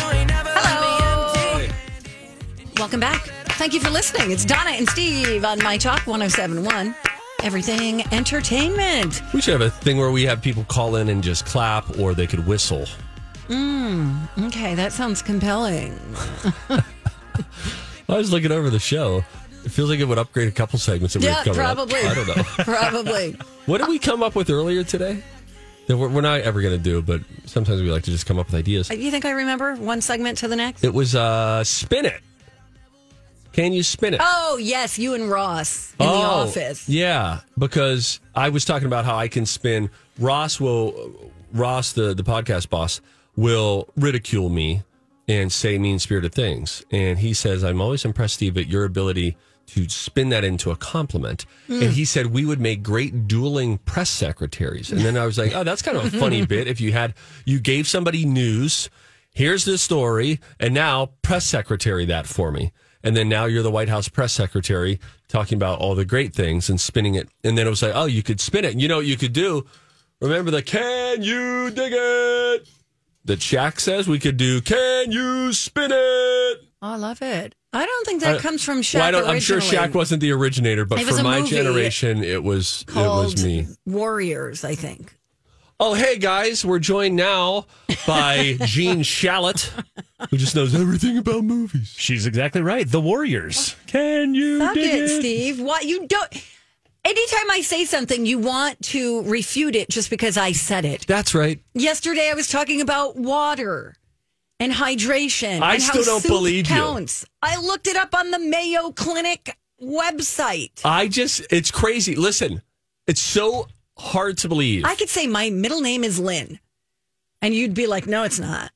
Hello. Welcome back. Thank you for listening. It's Donna and Steve on My Talk 1071. Everything entertainment. We should have a thing where we have people call in and just clap, or they could whistle. Mm, okay, that sounds compelling. I was looking over the show. It feels like it would upgrade a couple segments that we yeah, have coming probably. up. I don't know. probably. What did we come up with earlier today? That we're, we're not ever going to do, but sometimes we like to just come up with ideas. Uh, You think I remember one segment to the next? It was uh, spin it. Can you spin it? Oh, yes, you and Ross in the Oh, office. Yeah, because I was talking about how I can spin. Ross will, Ross, the, the podcast boss, will ridicule me and say mean spirited things. And he says, I'm always impressed, Steve, at your ability to spin that into a compliment. Hmm. And he said, We would make great dueling press secretaries. And then I was like, Oh, that's kind of a funny bit. If you had, you gave somebody news, here's the story, and now press secretary that for me. And then now you're the White House press secretary talking about all the great things and spinning it. And then it was like, Oh, you could spin it. You know what you could do? Remember the can you dig it? that Shaq says we could do. Can you spin it? Oh, I love it. I don't think that I- comes from Shaq. Well, I don't, I'm sure originally. Shaq wasn't the originator, but It was for a my movie generation, it was it called was me. Warriors, I think. Oh, hey guys, we're joined now by Gene Shalit, who just knows everything about movies. She's exactly right. The Warriors. Can you Stop dig it, it? Steve. What you don't. Anytime I say something, you want to refute it just because I said it. That's right. Yesterday, I was talking about water and hydration. I and how still don't soup believe you. counts. I looked it up on the Mayo Clinic website. I just it's crazy. Listen, it's so hard to believe. I could say my middle name is Lynn, and you'd be like, "No, it's not.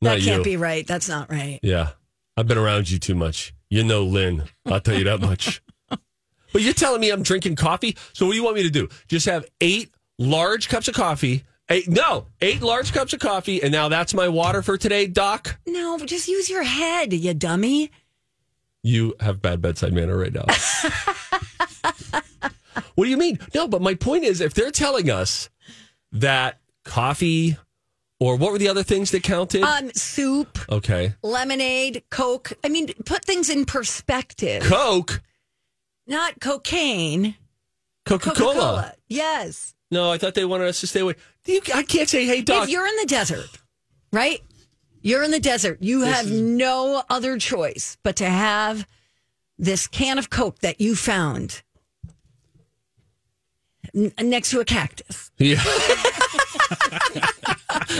Not that can't you. be right. That's not right." Yeah. I've been around you too much. You know Lynn. I'll tell you that much. but you're telling me I'm drinking coffee? So what do you want me to do? Just have eight large cups of coffee. Eight, no, eight large cups of coffee, and now that's my water for today, Doc. No, but just use your head, you dummy. You have bad bedside manner right now. what do you mean? No, but my point is if they're telling us that coffee or what were the other things that counted? Um, soup. okay. lemonade, coke. I mean, put things in perspective. Coke, Not cocaine, Coca Coca Cola. Cola. Yes. No, I thought they wanted us to stay away. You, I can't say, hey, Doc. If you're in the desert, right? You're in the desert. You have no other choice but to have this can of coke that you found n- next to a cactus, Yeah.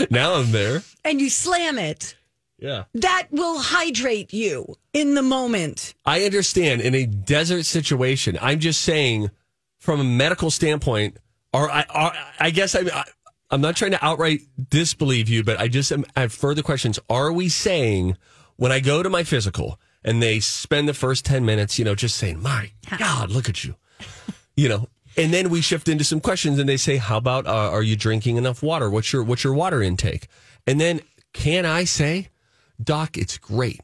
now I'm there. and you slam it. Yeah. That will hydrate you in the moment. I understand in a desert situation. I'm just saying, from a medical standpoint, or I, or I guess I'm, I, I'm not trying to outright disbelieve you, but I just am, I have further questions. Are we saying when I go to my physical and they spend the first 10 minutes, you know, just saying, my God, look at you, you know, and then we shift into some questions and they say, how about, uh, are you drinking enough water? What's your, what's your water intake? And then can I say, Doc, it's great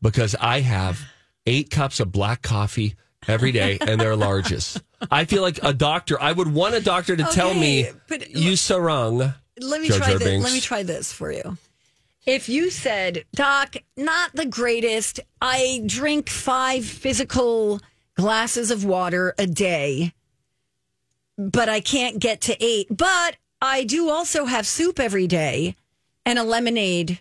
because I have eight cups of black coffee every day and they're largest. I feel like a doctor. I would want a doctor to tell me Okay, but- you sarung. let me Jar try Jar this. Binks. Let me try this for you. If you said, "Doc, not the greatest. I drink 5 physical glasses of water a day, but I can't get to 8, but I do also have soup every day and a lemonade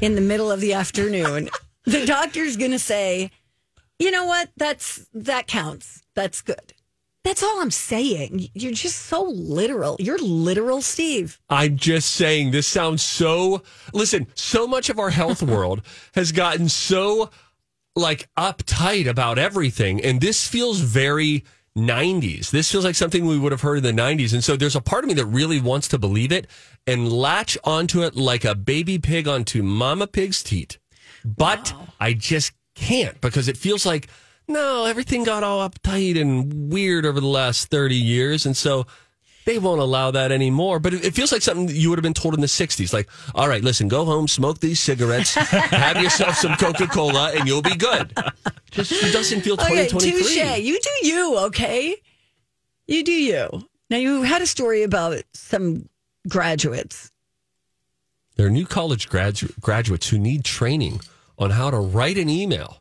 in the middle of the afternoon, the doctor's going to say, "You know what? That's that counts. That's good." That's all I'm saying. You're just so literal. You're literal, Steve. I'm just saying this sounds so listen, so much of our health world has gotten so like uptight about everything and this feels very 90s. This feels like something we would have heard in the 90s and so there's a part of me that really wants to believe it and latch onto it like a baby pig onto mama pig's teat. But I just can't because it feels like no, everything got all uptight and weird over the last 30 years and so they won't allow that anymore. But it, it feels like something that you would have been told in the 60s. Like, all right, listen, go home, smoke these cigarettes, have yourself some Coca Cola, and you'll be good. Just it doesn't feel Okay, 2023. touche. You do you, okay? You do you. Now you had a story about some graduates. There are new college gradu- graduates who need training on how to write an email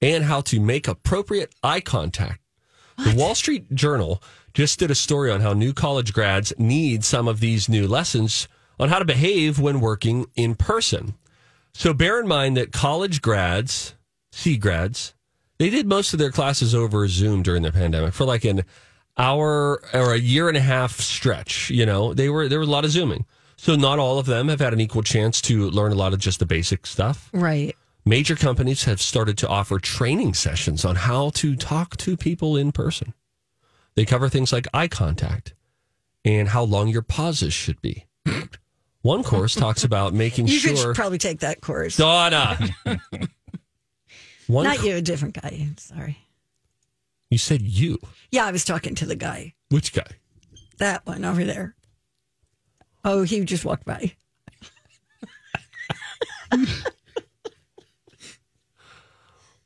and how to make appropriate eye contact. The Wall Street Journal just did a story on how new college grads need some of these new lessons on how to behave when working in person. So bear in mind that college grads, C grads, they did most of their classes over Zoom during the pandemic for like an hour or a year and a half stretch. You know, they were there was a lot of zooming. So not all of them have had an equal chance to learn a lot of just the basic stuff. Right. Major companies have started to offer training sessions on how to talk to people in person. They cover things like eye contact and how long your pauses should be. One course talks about making You Oh, sure could probably take that course. Donna. One Not co- you, a different guy. Sorry. You said you. Yeah, I was talking to the guy. Which guy? That one over there. Oh, he just walked by.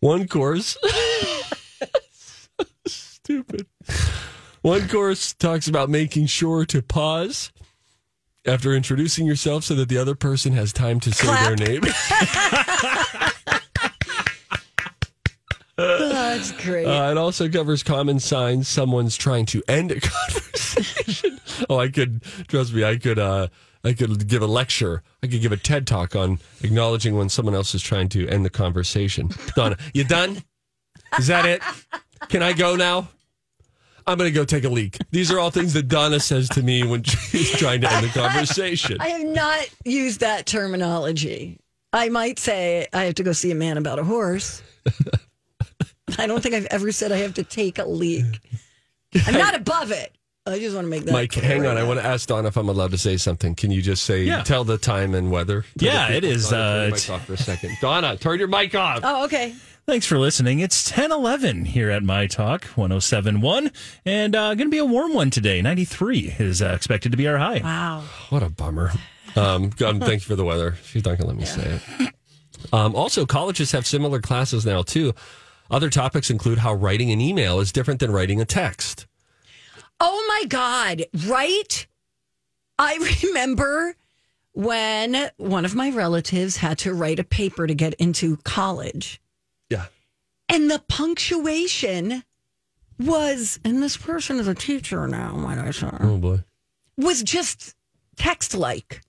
One course. Stupid. One course talks about making sure to pause after introducing yourself so that the other person has time to say Clap. their name. Oh, that's great. Uh, it also covers common signs someone's trying to end a conversation. oh, I could trust me. I could. Uh, I could give a lecture. I could give a TED talk on acknowledging when someone else is trying to end the conversation. Donna, you done? Is that it? Can I go now? I'm going to go take a leak. These are all things that Donna says to me when she's trying to end the conversation. I have not used that terminology. I might say I have to go see a man about a horse. I don't think I've ever said I have to take a leak. I'm not above it. I just want to make that Mike, clear hang right on. I now. want to ask Donna if I'm allowed to say something. Can you just say, Yeah. tell the time and weather? to the Yeah, people? it is, Donna, turn your uh, mic off for a second. Donna, turn your mic off. Oh, okay. Thanks for listening. It's 1011 here at My Talk 1071 and uh, going to be a warm one today. 93 is uh, expected to be our high. Wow. What a bummer. Um, God, thank you for the weather. She's not going to let me say it. Um, also, colleges have similar classes now, too. Other topics include how writing an email is different than writing a text. Oh my God, right? I remember when one of my relatives had to write a paper to get into college, Yeah. and the punctuation was, and this person is a teacher now, might I say, Oh, boy. was just text like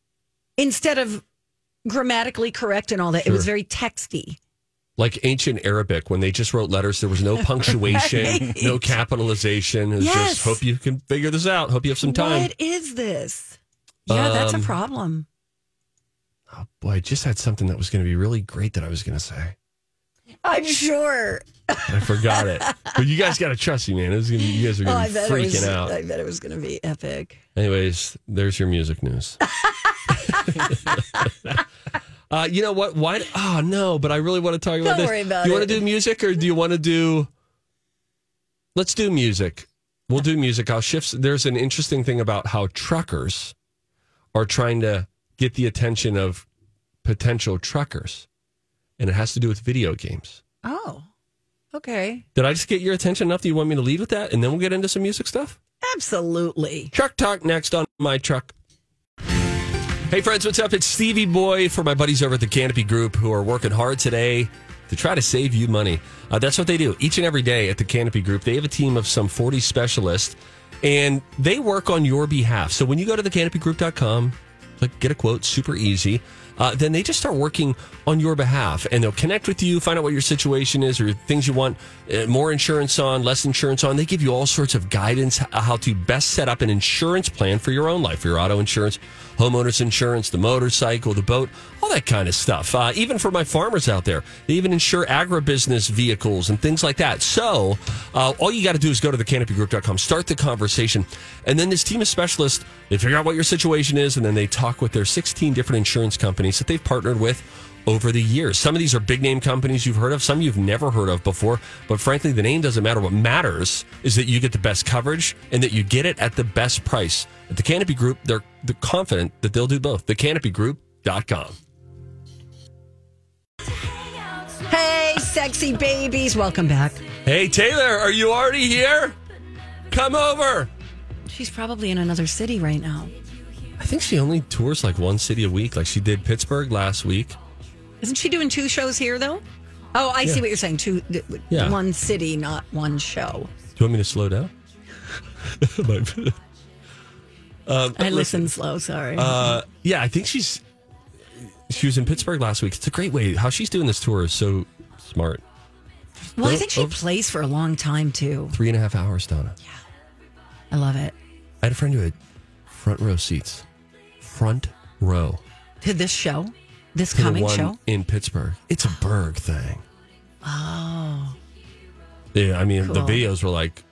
instead of grammatically correct and all that. It was Sure. very texty. Like ancient Arabic, when they just wrote letters, there was no punctuation, Right. no capitalization. It was Yes. just, hope you can figure this out. Hope you have some time. What is this? Yeah, that's a Um, problem. Oh, boy, I just had something that was going to be really great that I was going to say. I'm sure. I forgot it. but you guys got to trust me, man. It was gonna, be- you guys are Oh, going I to be bet, it freaking was, out. I bet it was going to be epic. Anyways, there's your music news. uh, you know what? Why? Oh no! But I really want to talk about Don't this. worry about you want it. to do music, or do you want to do? Let's do music. We'll do music. I'll shift. There's an interesting thing about how truckers are trying to get the attention of potential truckers, and it has to do with video games. Oh, okay. Did I just get your attention enough that you want me to lead with that, and then we'll get into some music stuff? Absolutely. Truck Talk next on My Truck. Hey, friends, what's up? It's Stevie Boy for my buddies over at the Canopy Group who are working hard today to try to save you money. Uh, that's what they do each and every day at the Canopy Group. They have a team of some 40 specialists and they work on your behalf. So when you go to thecanopygroup.com, click get a quote, super easy. uh, then they just start working on your behalf and they'll connect with you, find out what your situation is or things you want uh, more insurance on, less insurance on. They give you all sorts of guidance h- how to best set up an insurance plan for your own life, for your auto insurance, homeowners insurance, the motorcycle, the boat, all that kind of stuff. Uh, even for my farmers out there, they even insure agribusiness vehicles and things like that. So uh, all you got to do is go to thecanopygroup.com, start the conversation, and then this team of specialists they figure out what your situation is, and then they talk with their 16 different insurance companies that they've partnered with. Over the years, some of these are big name companies you've heard of, some you've never heard of before, but frankly, the name doesn't matter. What matters is that you get the best coverage and that you get it at the best price. At the Canopy Group, they're, they're confident that they'll do both. TheCanopyGroup.com. Hey, sexy babies, welcome back. Hey, Taylor, are you already here? Come over. She's probably in another city right now. I think she only tours like one city a week. Like she did Pittsburgh last week. Isn't she doing two shows here though? Oh, I see what you're saying. Two, th- Yeah. one city, not one show. Do you want me to slow down? um, I listen slow. Sorry. Uh, yeah, I think she's. She was in Pittsburgh last week. It's a great way. How she's doing this tour is so smart. well, I think she Oh, oops. plays for a long time too. Three and a half hours, Donna. I love it. I had a friend who had front row seats. Front row. To this show, this to the coming one show. in Pittsburgh. It's a Berg thing. Oh. Yeah, I mean the Cool. videos were like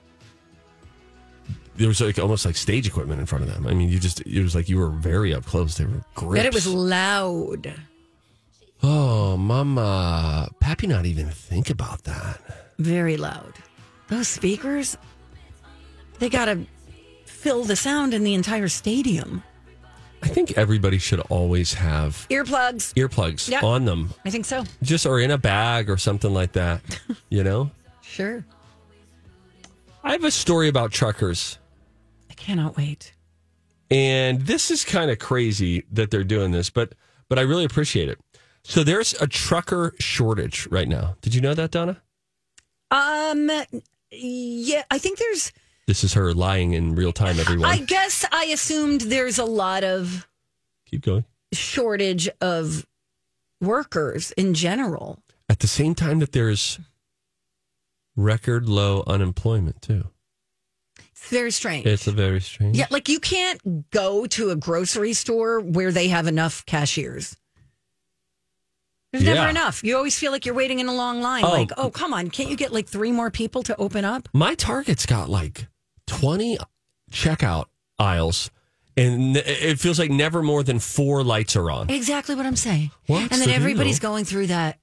there was like almost like stage equipment in front of them. I mean, you just it was like you were very up close. They were great. That it was loud. oh, mama, Pappy, not even think about that. very loud. Those speakers, they got to fill the sound in the entire stadium. I think everybody should always have Earplugs. earplugs Yep. on them, I think so. just or in a bag or something like that. you know, Sure. I have a story about truckers. I cannot wait. and this is kind of crazy that they're doing this, but but I really appreciate it. So there's a trucker shortage right now. Did you know that, Donna? Um, yeah, I think there's, This is her lying in real time. Everyone, I guess I assumed there's a lot of keep going. shortage of workers in general. At the same time that there's record low unemployment too. It's very strange. It's a very strange. yeah, like you can't go to a grocery store where they have enough cashiers. There's Yeah. never enough. You always feel like you're waiting in a long line. Oh. Like, oh, come on, can't you get like three more people to open up? my Target's got like 20 checkout aisles, and it feels like never more than four lights are on. Exactly what I'm saying. What's and then the everybody's deal? going through that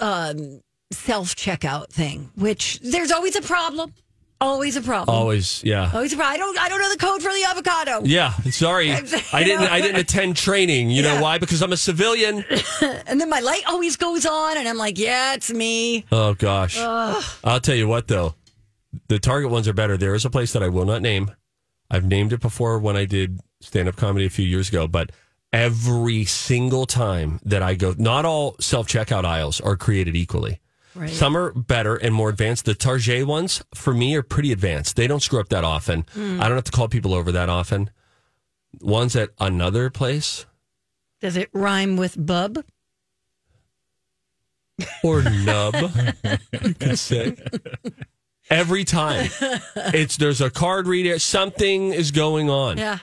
um, self checkout thing, which there's always a problem. Always a problem. Always, yeah. Always a problem. I don't. I don't know the code for the avocado. Yeah, sorry, I didn't. I didn't attend training. You know why? Because I'm a civilian. And then my light always goes on, and I'm like, yeah, it's me. Oh gosh, I'll tell you what though, the Target ones are better. There is a place that I will not name. I've named it before when I did stand up comedy a few years ago, but every single time that I go, not all self checkout aisles are created equally. Right. Some are better and more advanced. The Target ones, for me, are pretty advanced. They don't screw up that often. I don't have to call people over that often. Ones at another place, Does it rhyme with bub? or nub, you could say. Every time, it's there's a card reader. Something is going on. Yeah.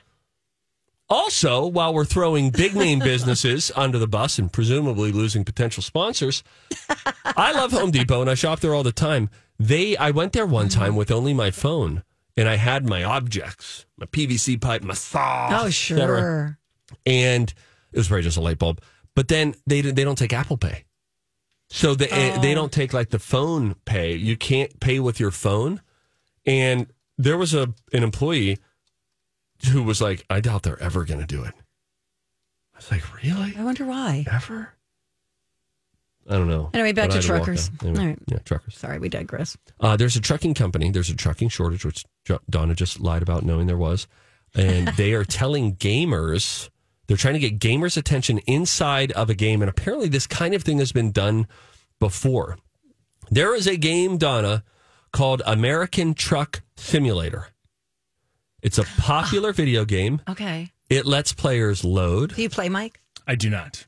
Also, while we're throwing big name businesses under the bus and presumably losing potential sponsors, I love Home Depot and I shop there all the time. They, I went there Mm-hmm. one time with only my phone and I had my objects, my PVC pipe, my saw. Oh, et cetera. sure. and it was probably just a light bulb. But then they they don't take Apple Pay, so they eh, Oh. they don't take like the phone pay. You can't pay with your phone. And there was a an employee who was like, "I doubt they're ever going to do it." I was like, "Really? I wonder why. Ever?" I don't know. Oh. Anyway, back But I to had walk truckers. down. Anyway, All right. Yeah, truckers. Sorry, we digress. Uh, there's a trucking company. There's a trucking shortage, which Jo- Donna just lied about knowing there was. And they are telling gamers, they're trying to get gamers' attention inside of a game. And apparently, this kind of thing has been done before. There is a game, Donna, called American Truck Simulator. It's a popular video game. Okay. It lets players load. Do you play, Mike? I I do not.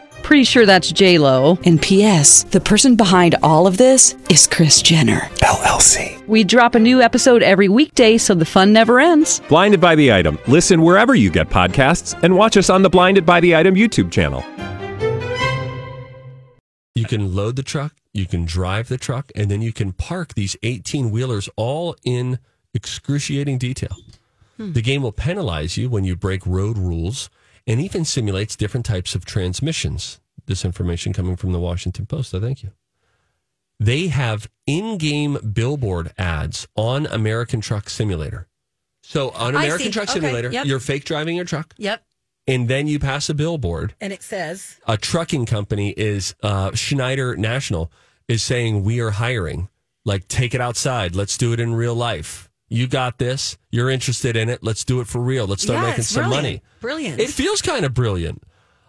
Pretty sure that's J Lo. And P.S. The person behind all of this is Chris Jenner. LLC. We drop a new episode every weekday, so the fun never ends. Blinded by the item. Listen wherever you get podcasts, and watch us on the Blinded by the Item YouTube channel. You can load the truck, you can drive the truck, and then you can park these 18 wheelers all in excruciating detail. Hmm. The game will penalize you when you break road rules and even simulates different types of transmissions. This information coming from the Washington Post. I thank you. They have in game billboard ads on American Truck Simulator. So on I American see. Truck Okay, Simulator, yep. you're fake driving your truck, Yep. and then you pass a billboard And it says, a trucking company is uh, Schneider National is saying we are hiring. Like, take it outside. Let's do it in real life. You got this. You're interested in it. Let's do it for real. Let's start Yeah, making it's some brilliant. money. Brilliant. It feels kind of brilliant.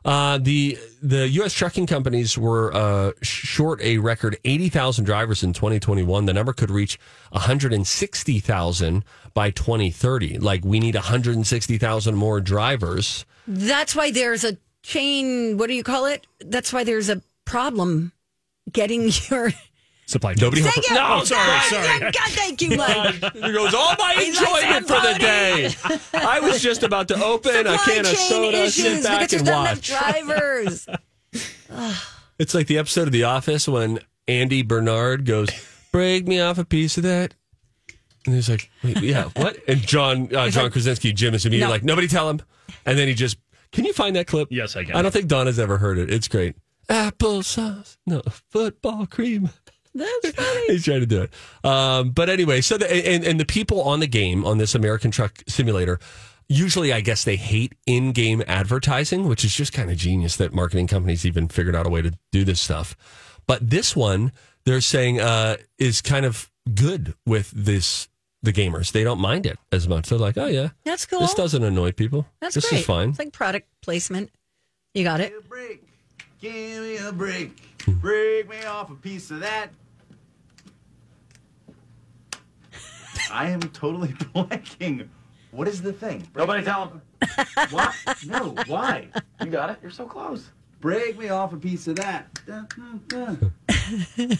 Uh, the the U.S. trucking companies were uh, sh- short a record 80,000 drivers in 2021. The number could reach 160,000 by 2030. Like, we need 160,000 more drivers. that's why there's a chain. What do you call it? That's why there's a problem getting your. Supply chain. Nobody. Thank you. No, God, sorry, sorry. God, thank you, Mike. There goes all my He's like enjoyment for the day. I was just about to open a Supply can of chain soda, sit issues back because there's and not watch. enough drivers. It's like the episode of The Office when Andy Bernard goes, "Break me off a piece of that," and he's like, Wait, "Yeah, what?" And John uh, John Krasinski, Jim is immediately No. like, "Nobody tell him," and then he just, "Can you find that clip?" Yes, I can. I don't think Don has ever heard it. It's great. Applesauce, no football cream. That's funny. He's trying to do it. Um, but anyway, so the, and and the people on the game on this American Truck Simulator, usually I guess they hate in-game advertising, which is just kind of genius that marketing companies even figured out a way to do this stuff. But this one, they're saying uh, is kind of good with this the gamers. They don't mind it as much. They're like, oh yeah, That's cool. this doesn't annoy people. That's this great. is fine. It's like product placement. You got it. break. Give me a break. Break me off a piece of that. I am totally blanking. What is the thing? Nobody tell him. What? No, why? You got it. You're so close. Break me off a piece of that. Da, da,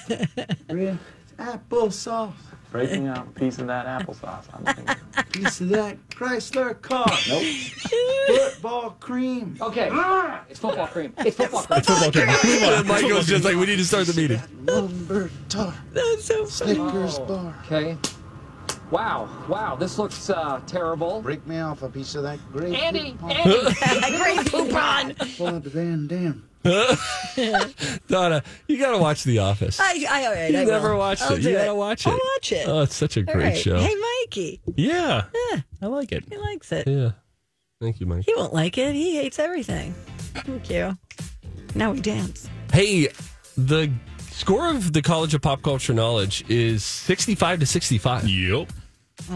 da. apple sauce. Break me off a piece of that applesauce. I'm thinking. Piece of that Chrysler car. Nope. Football cream. Ah! Okay. It's football cream. It's football cream. And Michael's just like, we need to start the meeting. Lumber tar. That's so funny. Snickers bar. Okay. Wow. Wow. This looks uh, terrible. Break me off a piece of that grape. Andy. Andy. Great poupon. Pull up the Van Dam. Donna, you got to watch The Office. I, I, all right, You I never will. watched I'll it. do You gotta watch it. I'll watch it. Oh, it's such a All great right. show. Hey, Mikey. Yeah. I like it. He likes it. Yeah. Thank you, Mike. He won't like it. He hates everything. Thank you. Now we dance. Hey, the score of the College of Pop Culture Knowledge is 65 to 65. Yep.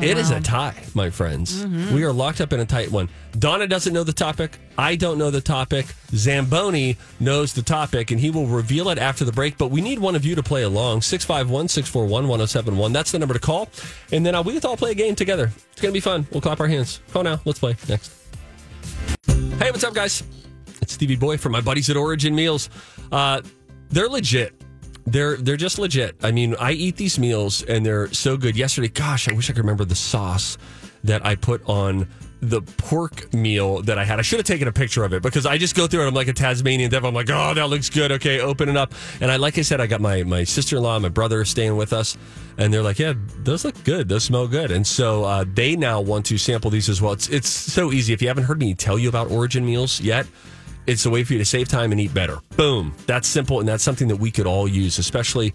It is a tie, my friends. We are locked up in a tight one. Donna doesn't know the topic. I don't know the topic. Zamboni knows the topic, and he will reveal it after the break. But we need one of you to play along 651 641 1071. That's the number to call. And then uh, we get to all play a game together. It's going to be fun. We'll clap our hands. Call now. Let's play. Next. Hey, what's up, guys? It's Stevie Boy from my buddies at Origin Meals. Uh, they're legit. They're they're just legit. I mean, I eat these meals and they're so good. Yesterday, gosh, I wish I could remember the sauce that I put on the pork meal that I had. I should have taken a picture of it because I just go through it. I'm like a Tasmanian devil. I'm like, oh, that looks good. Okay, open it up. And I like I said, I got my my sister in law, my brother staying with us, and they're like, yeah, those look good. Those smell good. And so uh, they now want to sample these as well. It's it's so easy. If you haven't heard me tell you about Origin Meals yet. It's a way for you to save time and eat better. Boom. That's simple. And that's something that we could all use, especially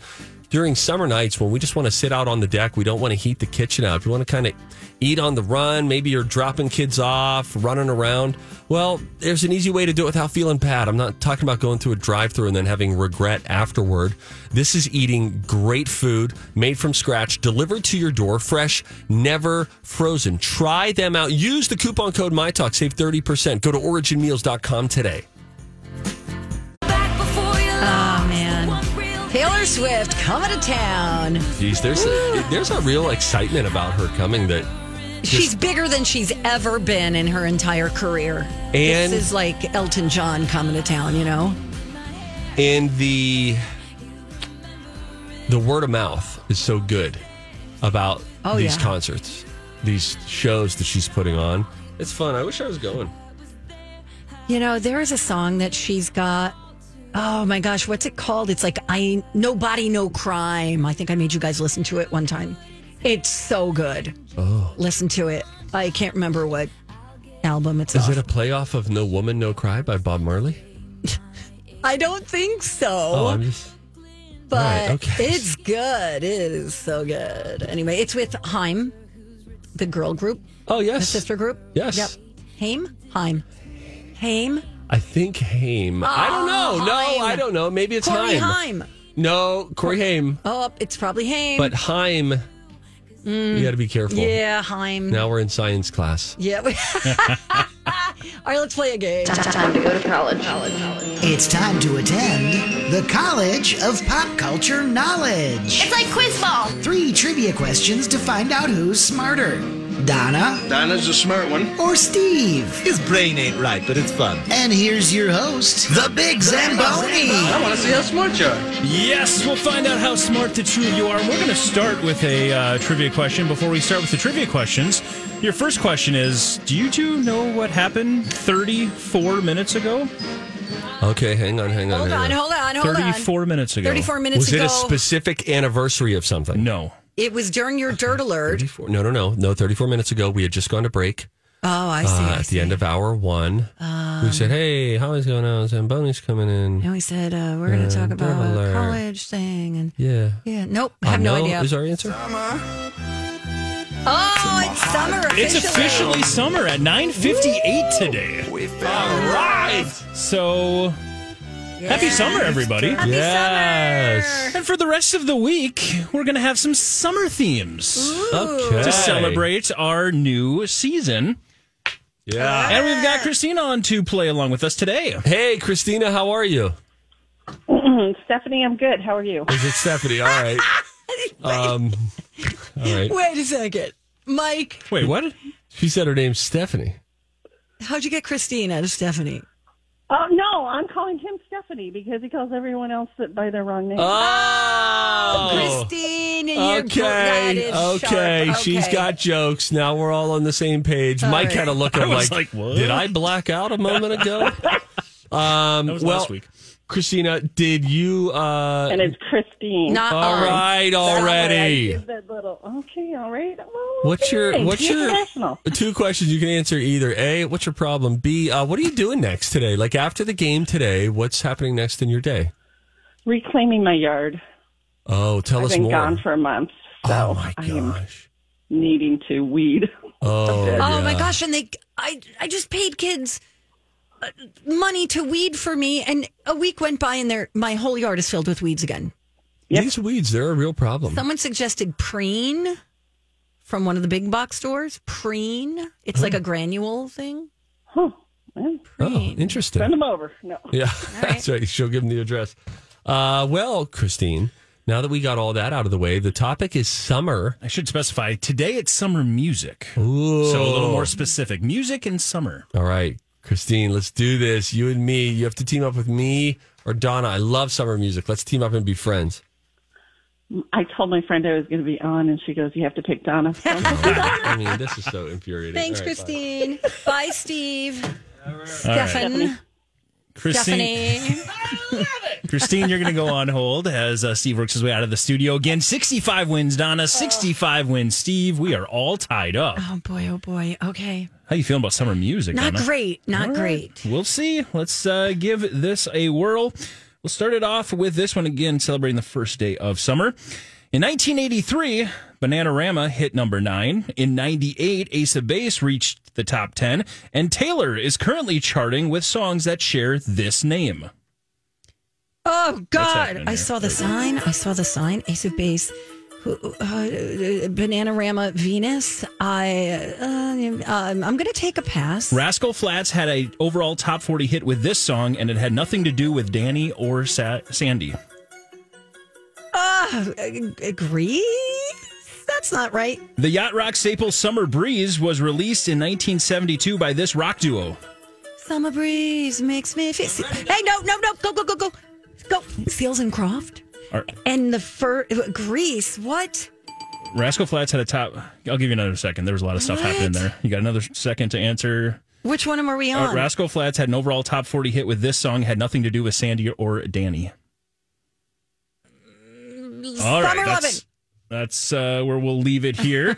during summer nights when we just want to sit out on the deck, we don't want to heat the kitchen up. You want to kind of eat on the run. Maybe you're dropping kids off, running around. Well, there's an easy way to do it without feeling bad. I'm not talking about going through a drive through and then having regret afterward. This is eating great food made from scratch, delivered to your door, fresh, never frozen. Try them out. Use the coupon code MyTalk, save 30%. Go to originmeals.com today. Oh man, Taylor Swift coming to town. Jeez, there's a, there's a real excitement about her coming that She's bigger than she's ever been in her entire career. And- this is like Elton John coming to town, you know? and the the word of mouth is so good about Oh, these yeah. concerts, these shows that she's putting on. It's fun. I wish I was going. You know, there is a song that she's got. Oh my gosh, what's it called? It's like I Nobody No Crime. I think I made you guys listen to it one time. It's so good. Oh, Listen to it. I can't remember what album it's is off. it a playoff of "No Woman, No Cry" by Bob Marley? I don't think so. Oh, I'm just but Right, okay. it's good. It is so good. Anyway, it's with Heim, the girl group, oh the yes, sister group. Yes. Yep. Haim? Heim. Haim? I think Haim. I don't know. No, Oh, Haim. I don't know. Maybe it's Corey Haim. Haim. No, Corey Haim. Oh, it's probably Haim. Mm. But Haim, you got to be careful. yeah, Haim. Now we're in science class. Yeah. we- All right, let's play a game. Time to go to college. It's time to attend the College of Pop Culture Knowledge. It's like quiz ball. Three trivia questions to find out who's smarter Donna Dinah's a smart one. or Steve. His brain ain't right, but it's fun. And here's your host, the Big I want Zamboni. to see how smart you are. Yes, we'll find out how smart the two of you are. We're going to start with a uh, trivia question before we start with the trivia questions. Your first question is Do you two know what happened 34 minutes ago? Okay, hang on, hang on. Hold hang on, hold on, hold on. 34 minutes ago. 34 minutes was ago, it a specific anniversary of something? No. it was during your dirt alert. 34, no, no, no, no. Thirty-four minutes ago, we had just gone to break. Oh, I uh, see. I at see. Um, the end of hour one, we said, "Hey, Holly's going on. Zamboni's coming in." And we said, uh, we're going Uh, to talk dirt about alert. college thing. And Yeah, yeah, nope, I Uh, have no, no idea. Is our answer? Oh, it's summer officially. It's officially summer at 9.58 today. We found All right. So, happy summer, everybody. Happy yes. And for the rest of the week, we're going to have some summer themes Okay. to celebrate our new season. Yeah. And we've got Christina on to play along with us today. Hey, Christina, how are you? Stephanie, I'm good. How are you? Is it Stephanie? All right. Um, all right. Wait a second. Mike, Wait, what? She said her name's Stephanie. how'd you get Christina to Stephanie? Oh no, I'm calling him Stephanie because he calls everyone else that by their wrong name. Oh, Christine, and you're that Okay. is okay. sharp. She's Okay. got jokes. Now we're all on the same page. Mike right. had a look of I was like, like, what? did I black out a moment ago? um, That was well, last week. Christina, did you? Uh, and it's Christine. Not all on. right already. Give that little. Okay, all right. Well, What's your okay, what's you're your professional. two questions you can answer either A, what's your problem? B, uh, what are you doing next today? Like after the game today, what's happening next in your day? reclaiming my yard? Oh, tell I've us been more. gone for a month, oh so my I am gosh. needing to weed. Oh, Oh my yeah. gosh! And they, I, I just paid kids uh, money to weed for me, and a week went by, and their my whole yard is filled with weeds again. These weeds, they're a real problem. Someone suggested preen from one of the big box stores. Preen, it's like a granule thing. Huh. Well, oh, Preen. interesting. send them over. No. Yeah, that's right. She'll give him the address. Uh, well, Christine, now that we got all that out of the way, the topic is summer. I should specify today it's summer music. Ooh. So a little more specific. Music and summer. All right, Christine, let's do this. You and me, you have to team up with me or Donna. I love summer music. Let's team up and be friends. I told my friend I was going to be on, and she goes, "You have to pick Donna." So I'm like, I mean, this is so infuriating. Thanks, All right, bye. Christine. Bye, Steve. All right. Stefan. Christine, Stephanie. Christine, you're going to go on hold as uh, Steve works his way out of the studio again. 65 wins, Donna. 65 wins, Steve. We are all tied up. Oh boy! Oh boy! Okay. How you feeling about summer music? Not Donna? great. Not All right. great. We'll see. Let's uh, give this a whirl. We'll start it off with this one again, celebrating the first day of summer. In 1983, Bananarama hit number nine. In 98, Ace of Base reached the top 10. And Taylor is currently charting with songs that share this name. Oh God! happening I here? saw the sign. I saw the sign. Ace of Base, who- uh, Bananarama, Venus. I uh, um, I'm gonna take a pass. Rascal Flats had a overall top 40 hit with this song, and it had nothing to do with Danny or Sa- Sandy. Ah, ag- agree. That's not right. The yacht rock staple Summer Breeze was released in 1972 by this rock duo. Summer breeze makes me feel. Hey, no, no, no! Go, go, go, go, go! Seals and Croft Or- and the fur Grease. What? Rascal Flats had a top. I'll give you another second. There was a lot of stuff happening there. You got another second to answer. Which one are we Uh, on? Rascal Flats had an overall top 40 hit with this song, had nothing to do with Sandy or Danny. All right, Summer lovin'. that's, that's uh, where we'll leave it here.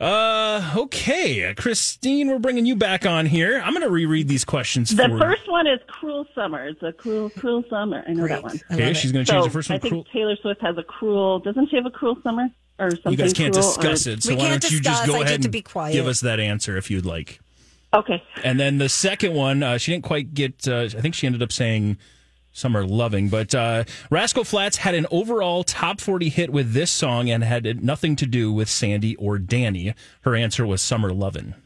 uh, okay, Christine, we're bringing you back on here. I'm going to reread these questions The for first one is Cruel Summer. It's a cruel, cruel summer. I know that one. I Okay, love she's it. gonna change So, Uh, the first one I think cruel- Taylor Swift has a cruel. Doesn't she have a cruel summer or something? you guys can't cruel, discuss or- it, so why don't you just go ahead and give us that answer if you'd like. Okay. And then the second one, uh, she didn't quite get. Uh, I think she ended up saying "Summer Loving," but uh, Rascal Flats had an overall top forty hit with this song and had it nothing to do with Sandy or Danny. Her answer was "Summer Lovin."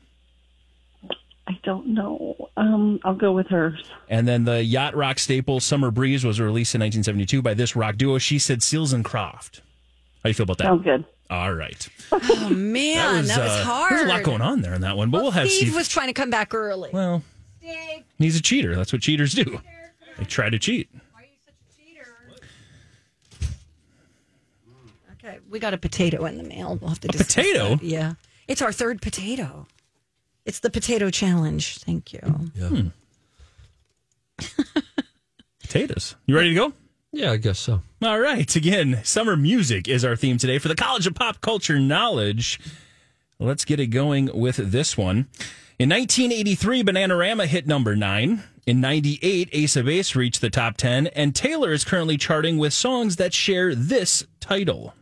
I don't know. Um, I'll go with hers. And then the yacht rock staple "Summer Breeze" was released in 1972 by this rock duo. She said Seals and Croft. How you feel about that? Sounds good. All right. Oh man, that was, uh, hard. There's a lot going on there in that one, but we'll, have Steve, Steve. was trying to come back early. well, he's a cheater. That's what cheaters do. They try to cheat. Okay, we got a potato in the mail. We'll have to A discuss potato? that. Yeah, it's our third potato. It's the potato challenge. Thank you. Hmm. Potatoes. You ready to go? Yeah, I guess so. All right. Again, summer music is our theme today for the College of Pop Culture Knowledge. Let's get it going with this one. In 1983, Bananarama hit number nine. In 98, Ace of Base reached the top 10. And Taylor is currently charting with songs that share this title.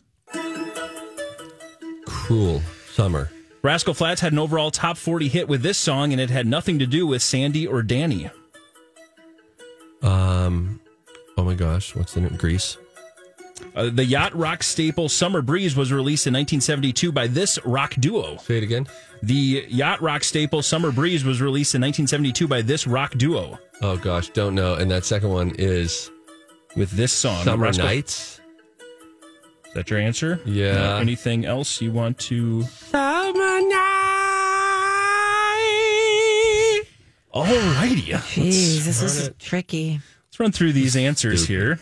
Cruel summer. Rascal Flats had an overall top 40 hit with this song, and it had nothing to do with Sandy or Danny. Um, oh my gosh, what's the name? Greece. Uh, the yacht rock staple Summer Breeze was released in 1972 by this rock duo. Say it again. The yacht rock staple Summer Breeze was released in 1972 by this rock duo Oh gosh, don't know. And that second one is with this song. summer Rascal- nights. Is that your answer? Yeah. Uh, anything else you want to? Summer night. All righty. Jeez, this is tricky. Let's run through these answers here.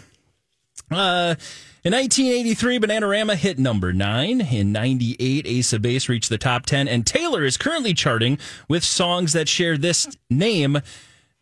Uh, in 1983, Bananarama hit number nine. In 98, Ace of Base reached the top 10. And Taylor is currently charting with songs that share this name.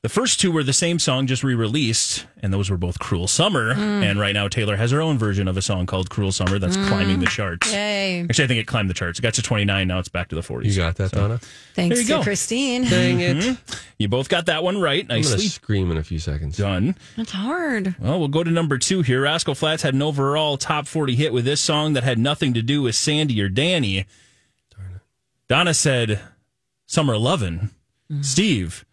The first two were the same song, just re released, and those were both Cruel Summer. And right now, Taylor has her own version of a song called Cruel Summer that's climbing the charts. Yay! Actually, I think it climbed the charts. It got to 29. Now it's back to the 40s. You got that, So- Donna? There Thanks you to go. Christine. Mm-hmm. Dang it. Mhm. You both got that one right. I'm going Nicely to scream in a few seconds. done. That's hard. Well, we'll go to number two here. Rascal Flats had an overall top 40 hit with this song that had nothing to do with Sandy or Danny. Donna said, Summer Lovin'. Mm-hmm. Steve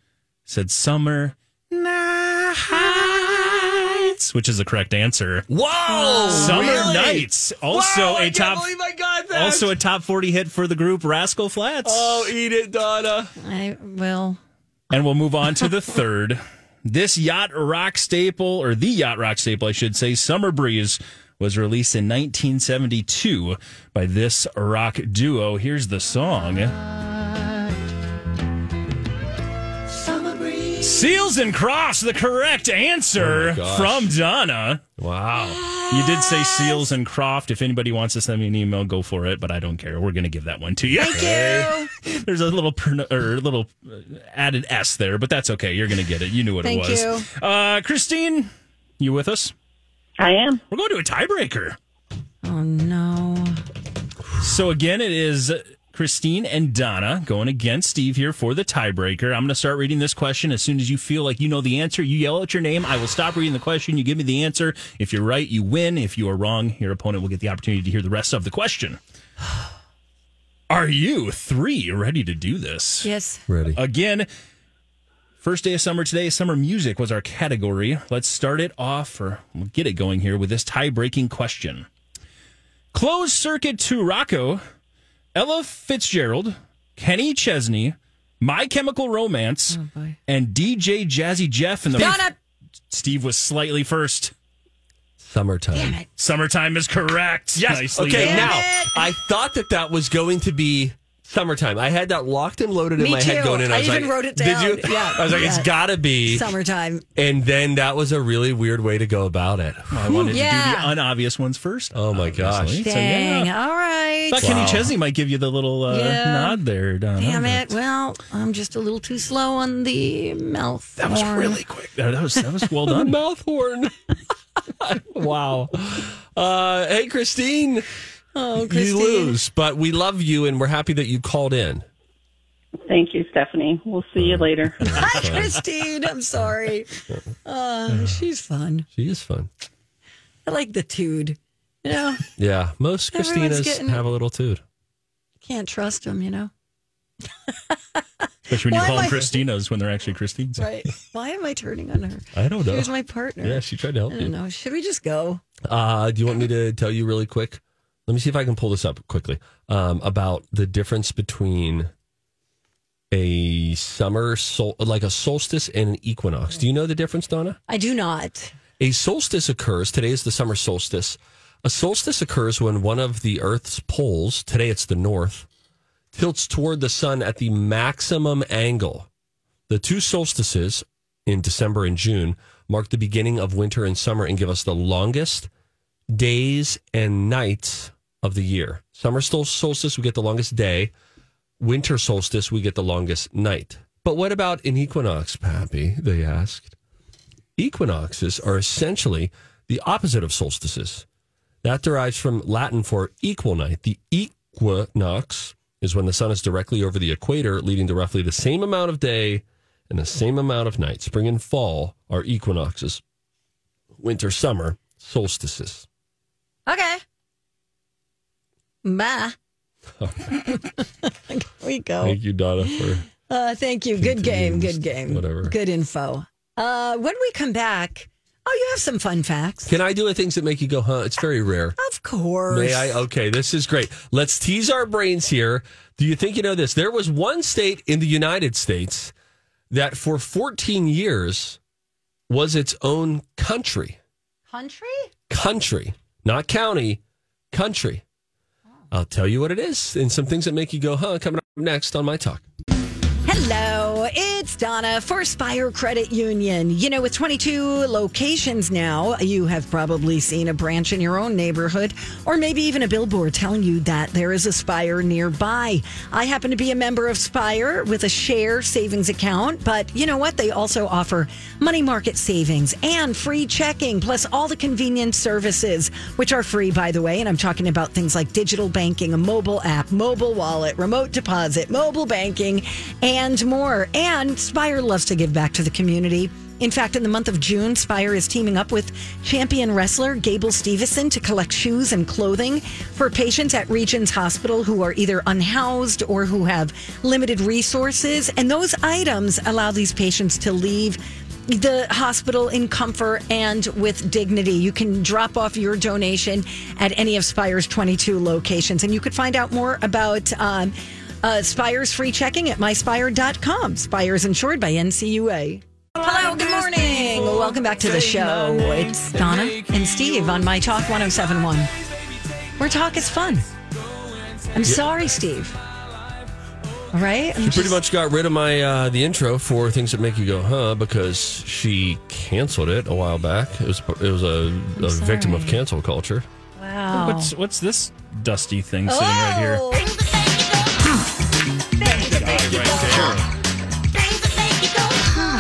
said, Summer Nights, which is the correct answer. Whoa! Summer really? Nights, also Wow, I a can't top. believe I got that. Also a top 40 hit for the group Rascal Flats. oh, eat it, Donna. I will. And we'll move on to the third. This yacht rock staple, or the yacht rock staple, I should say, Summer Breeze, was released in 1972 by this rock duo. Here's the song. Seals and Crofts, the correct Oh answer my gosh. from Donna. Wow. You did say Seals and Croft. If anybody wants to send me an email, go for it. But I don't care. We're going to give that one to you. Thank you. There's a little prono- or a little uh, added S there, but that's okay. You're going to get it. You knew what Thank it was. you. Uh, Christine, you with us? I am. We're going to a tiebreaker. Oh no! So again, it is Christine and Donna going against Steve here for the tiebreaker. I'm going to start reading this question. As soon as you feel like you know the answer, you yell out your name. I will stop reading the question. You give me the answer. If you're right, you win. If you are wrong, your opponent will get the opportunity to hear the rest of the question. Are you three ready to do this? Yes. Ready. Again, first day of summer today. Summer music was our category. Let's start it off or we'll get it going here with this tie breaking question. Closed circuit to Rocco, Ella Fitzgerald, Kenny Chesney, My Chemical Romance, and DJ Jazzy Jeff. And the Oh, Donna! Steve was slightly first. Summertime. Summertime is correct. Yes. Nicely okay. done. Now I thought that that was going to be summertime. I had that locked and loaded in Me my too. head going in. I, I was even like, wrote it Did down. you? Yeah. I was like, Yeah. it's got to be. Summertime. And then that was a really weird way to go about it. I wanted to do Yeah. the unobvious ones first. Oh my gosh. obviously. So, yeah. Dang. All right. Thought Kenny Wow. Chesney might give you the little uh, Yeah. nod there, Donna. Damn it. Well, I'm just a little too slow on the mouth. That was horn. really quick. That that was that was well done. Mouth horn. wow. Uh, hey, Christine. Oh, You Christine. lose, but we love you and we're happy that you called in. Thank you, Stephanie. We'll see Uh, you later. Hi, Christine. I'm sorry. Uh, she's fun. She is fun. I like the tude. You know, Yeah. Most Everyone's Christinas getting- have a little toot. can't trust them, you know. Especially when Why you call am them I- Christinas when they're actually Christines. Right. Why am I turning on her? I don't know. She was my partner. Yeah, she tried to help I you. don't know. Should we just go? Uh, do you want me to tell you really quick? Let me see if I can pull this up quickly um, about the difference between a summer sol- like a solstice and an equinox. Do you know the difference, Donna? I do not. A solstice occurs. Today is the summer solstice. A solstice occurs when one of the Earth's poles, today it's the north, tilts toward the sun at the maximum angle. The two solstices in December and June mark the beginning of winter and summer and give us the longest days and nights of the year. Summer sol- solstice, we get the longest day. Winter solstice, we get the longest night. But what about an equinox, Pappy? They asked equinoxes are essentially the opposite of solstices. That derives from Latin for equal night. The equinox is when the sun is directly over the equator, leading to roughly the same amount of day and the same amount of night. Spring and fall are equinoxes, winter, summer, solstices. Okay. Bye. we go. Thank you, Donna, for Uh, thank you. Good game. Continues, Good game. whatever. Good info. Uh, when we come back, oh, you have some fun facts. Can I do the things that make you go, huh? It's very rare. Of course. May I? uh, Okay, this is great. Let's tease our brains here. Do you think you know this? There was one state in the United States that for 14 years was its own country. Country? Country, not county, country. I'll tell you what it is and some things that make you go, huh, coming up next on my talk. Hello, it's Donna for Spire Credit Union. You know, with 22 locations now, you have probably seen a branch in your own neighborhood or maybe even a billboard telling you that there is a Spire nearby. I happen to be a member of Spire with a share savings account, but you know what? They also offer money market savings and free checking, plus all the convenient services, which are free, by the way. And I'm talking about things like digital banking, a mobile app, mobile wallet, remote deposit, mobile banking, and more. And Spire loves to give back to the community. In fact, in the month of June, Spire is teaming up with champion wrestler Gable Stevenson to collect shoes and clothing for patients at Regions Hospital who are either unhoused or who have limited resources. And those items allow these patients to leave the hospital in comfort and with dignity. You can drop off your donation at any of Spire's 22 locations. And you could find out more about um, uh, Spire's free checking at myspire.com. Spire is insured by NCUA. Hello, good morning. Welcome back to the show. It's Donna and Steve on My Talk 1071. Where talk is fun. I'm sorry, Steve. All right? I'm She pretty just- much got rid of my uh, the intro for things that make you go, huh, because she canceled it a while back. It was it was a, a victim of sorry. cancel culture. Wow. What's what's this dusty thing sitting right here? Oh.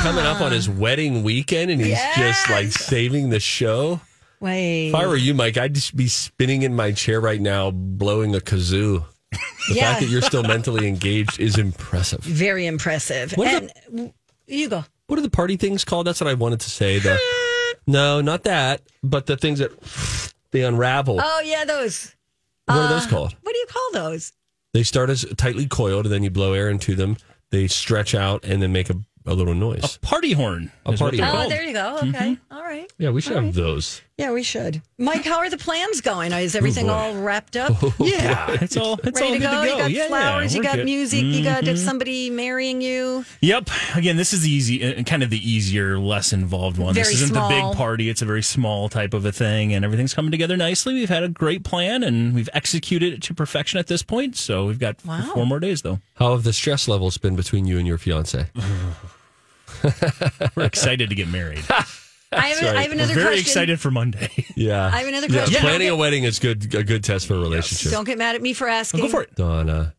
coming up on his wedding weekend and he's just like saving the show. Wait. If I were you, Mike, I'd just be spinning in my chair right now, blowing a kazoo. The Yeah. fact that you're still mentally engaged is impressive. Very impressive. What are and w- you go. What are the party things called? That's what I wanted to say. The, no, not that, but the things that they unravel. Oh yeah, those. what are Uh. those called? What do you call those? They start as tightly coiled, and then you blow air into them. They stretch out and then make a, a little noise. Party horn. A party oh, horn. there you go. Mm-hmm. Okay, All right. Yeah, we should have those. Yeah, we should. Mike, how are the plans going? Is everything boy. all wrapped up? Yeah, it's all Oh, it's all Ready good to go? You got Yeah, yeah, flowers. you we're got good. music. You got Mhm. if somebody marrying you. Yep. Again, this is the easy, uh, kind of the easier, less involved one. Very this isn't the small. big party. It's a very small type of a thing, and everything's coming together nicely. We've had a great plan, and we've executed it to perfection at this point. So we've got f- Wow. four more days, though. How have the stress levels been between you and your fiance? We're excited to get married. I have, right. I have another We're very question. excited for Monday. Yeah. I have another Yeah, question. planning a wedding is good. A good test for a relationship. Don't get mad at me for asking. Go for it. Donna,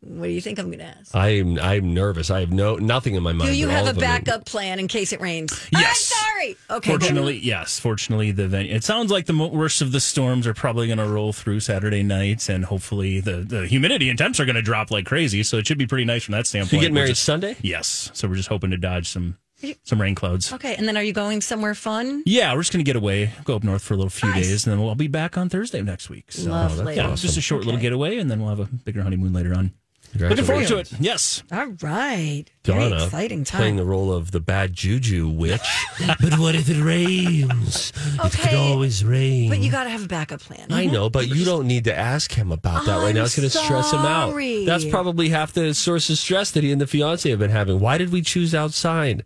What do you think I'm going to ask? I'm I'm nervous. I have no nothing in my mind. Do you but all have a of them are- backup plan in case it rains? Yes. I'm sorry. Okay. good. Fortunately, yes. Fortunately, the venue. It sounds like the mo- worst of the storms are probably going to roll through Saturday nights, and hopefully the, the humidity and temps are going to drop like crazy. So it should be pretty nice from that standpoint. You get We're married just- Sunday? Yes. So we're just hoping to dodge some some rain clouds. Okay. And then are you going somewhere fun? Yeah, we're just going to get away, go up north for a little few days, and then we'll I'll be back on Thursday of next week. So, Oh, Lovely. Yeah, just a short little getaway, and then we'll have a bigger honeymoon later on. Looking forward to it. Yes. All right. Very Donna exciting time. playing the role of the bad juju witch. but what if it rains? It could Okay. always rain. But you got to have a backup plan. Mm-hmm. Mm-hmm. I know, but you don't need to ask him about that right now. It's going to stress him out. sorry. That's probably half the source of stress that he and the fiance have been having. Why did we choose outside?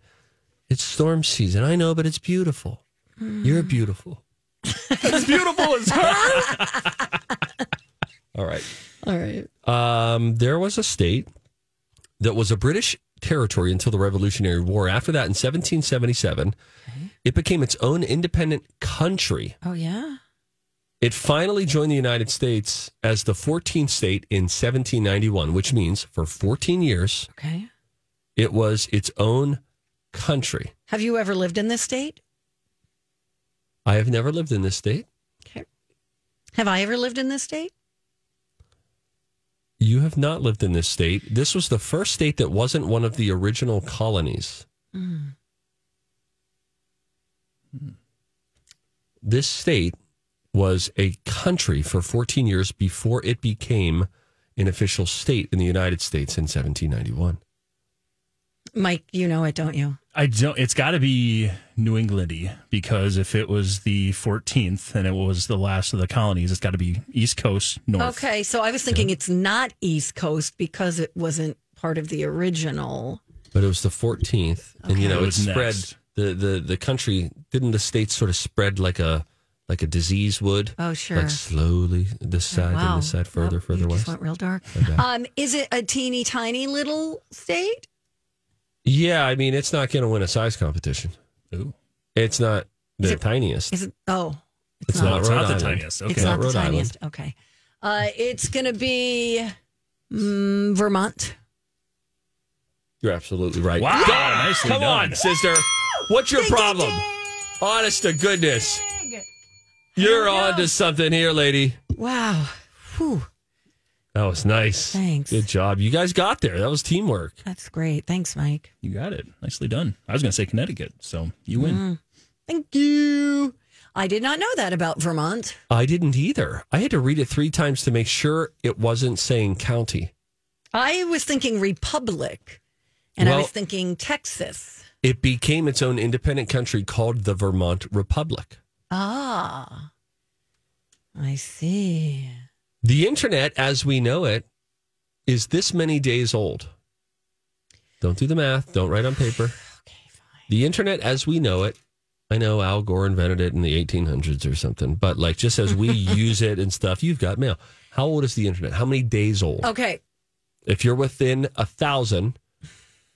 It's storm season. I know, but it's beautiful. You're beautiful. Mm. as beautiful as her. All right. All right. Um, there was a state that was a British territory until the Revolutionary War. After that, in 1777, it became its own independent country. Oh, yeah. It finally joined the United States as the 14th state in 1791, which means for 14 years, Okay. it was its own country. Have you ever lived in this state? I have never lived in this state. Have I ever lived in this state? You have not lived in this state. This was the first state that wasn't one of the original colonies. This state was a country for 14 years before it became an official state in the United States in 1791. Mike, you know it, don't you? I don't. It's got to be New Englandy because if it was the 14th and it was the last of the colonies, it's got to be East Coast North. Okay. So I was thinking it's not East Coast because it wasn't part of the original. But it was the 14th, and you Okay. know It it, was spread. next. The, the the country didn't the state sort of spread like a like a disease would. Oh, sure. Like slowly this side wow. and this side further Well, further you west. Just went real dark. Okay. Um, is it a teeny tiny little state? Yeah, I mean, it's not going to win a size competition. Ooh. It's not Is the it- tiniest. Is it? Oh, It's No, not, it's Rhode not the Island. tiniest. Okay. it's not the Rhode Island. tiniest. Okay. Uh, it's going to be mm, Vermont. You're absolutely right. Wow, God, nicely come done. on, sister. What's your problem? Honest to goodness. You're on to something here, lady. Wow. Whew. That was nice. Thanks. Good job. You guys got there. That was teamwork. That's great. Thanks, Mike. You got it. Nicely done. I was going to say Connecticut, so you win. Mm. Thank you. I did not know that about Vermont. I didn't either. I had to read it three times to make sure it wasn't saying county. I was thinking Republic, and I Well- was thinking Texas. It became its own independent country called the Vermont Republic. Ah, I see. The internet, as we know it, is this many days old. Don't do the math. Don't write on paper. Okay, fine. The internet, as we know it, I know Al Gore invented it in the 1800s or something, but like just as we use it and stuff, you've got mail. How old is the internet? How many days old? Okay. If you're within a thousand,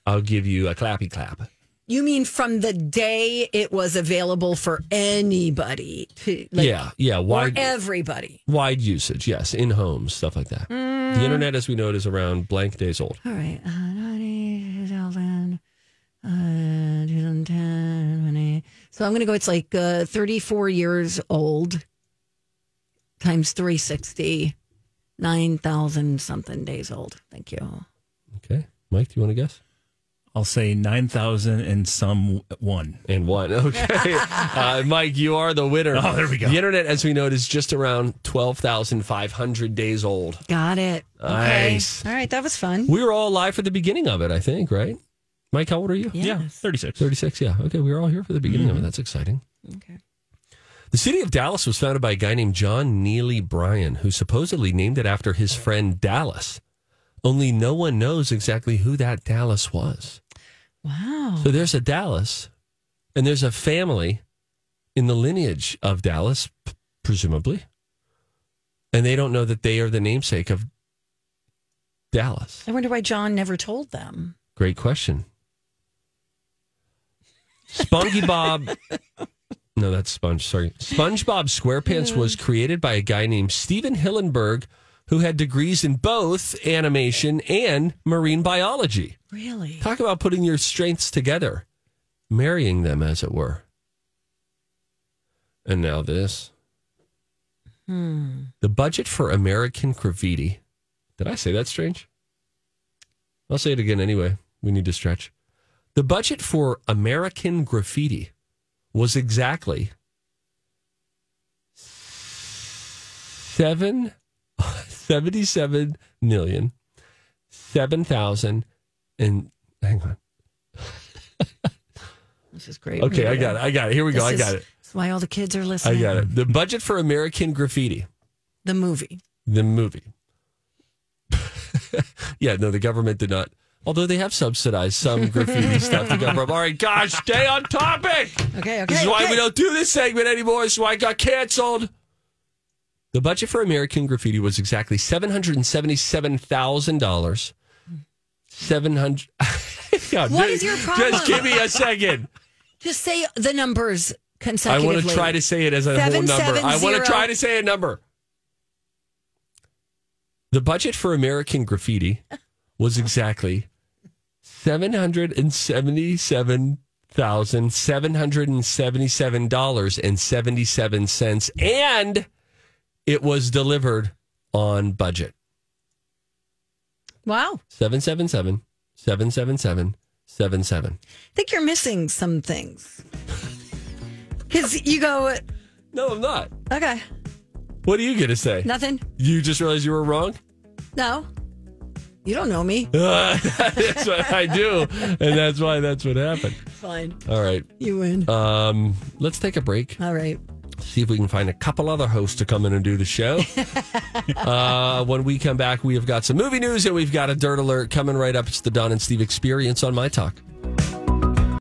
I'll give you a clappy clap. You mean from the day it was available for anybody? To, yeah, yeah. Or Wide, everybody. wide usage, yes, in homes, stuff like that. Mm. The internet, as we know it, is around blank days old. All right. Uh, 90, 2000, uh, 2010, 20. So I'm going to go, it's like uh, 34 years old times 360 9,000 something days old. Thank you. Okay. Mike, do you want to guess? I'll say 9,000 and some one. And one. Okay. uh, Mike, you are the winner. Oh, there we go. The internet, as we know, it, is just around 12,500 days old. Got it. Nice. Okay. All right. That was fun. We were all alive for the beginning of it, I think, right? Mike, how old are you? Yeah, Mm-hmm. Yes. 36. 36, yeah. Okay, we were all here for the beginning of it. That's exciting. Okay. The city of Dallas was founded by a guy named John Neely Bryan, who supposedly named it after his friend Dallas. Only no one knows exactly who that Dallas was. Wow. So there's a Dallas, and there's a family in the lineage of Dallas, p- presumably, and they don't know that they are the namesake of Dallas. I wonder why John never told them. Great question. Spongy Bob. no, that's Sponge. Sorry. SpongeBob SquarePants was created by a guy named Steven Hillenberg, who had degrees in both animation and marine biology. Really? Talk about putting your strengths together, marrying them, as it were. And now this. Hmm. The budget for American Graffiti. Did I say that strange? I'll say it again anyway. We need to stretch. The budget for American Graffiti was exactly seven seventy-seven million seven thousand and hang on. This is great. Okay, Here I we got it. I got it. Here we go. This I is- got it. this is why all the kids are I listening. got it. The budget for American Graffiti, The movie. the movie. yeah, no, the government did not. Although they have subsidized some graffiti stuff. The government. All right, gosh, stay on topic. Okay. Okay. This is why okay. we don't do this segment anymore. This is why it got canceled. The budget for American Graffiti was exactly seven hundred and seventy-seven thousand dollars. Seven hundred. What is your problem? Just give me a second. Just say the numbers I consecutively. want to try to say it as a Seven, whole number. seven, I want to zero. try to say a number. The budget for American Graffiti was exactly seven hundred and seventy-seven thousand seven hundred and seventy-seven dollars and seventy-seven cents, and it was delivered on budget. Wow. Seven seven seven seven seven seven seven seven. I think you're missing some things. Because you go, No, I'm not. okay, What are you gonna say? nothing. You just realized you were wrong. No. You don't know me. Uh, that's what I do, and that's why that's what happened. Fine. All right, You win. um, let's take a break. All right. See if we can find a couple other hosts to come in and do the show. uh, when we come back, we have got some movie news and we've got a dirt alert coming right up. It's the Don and Steve Experience on My Talk.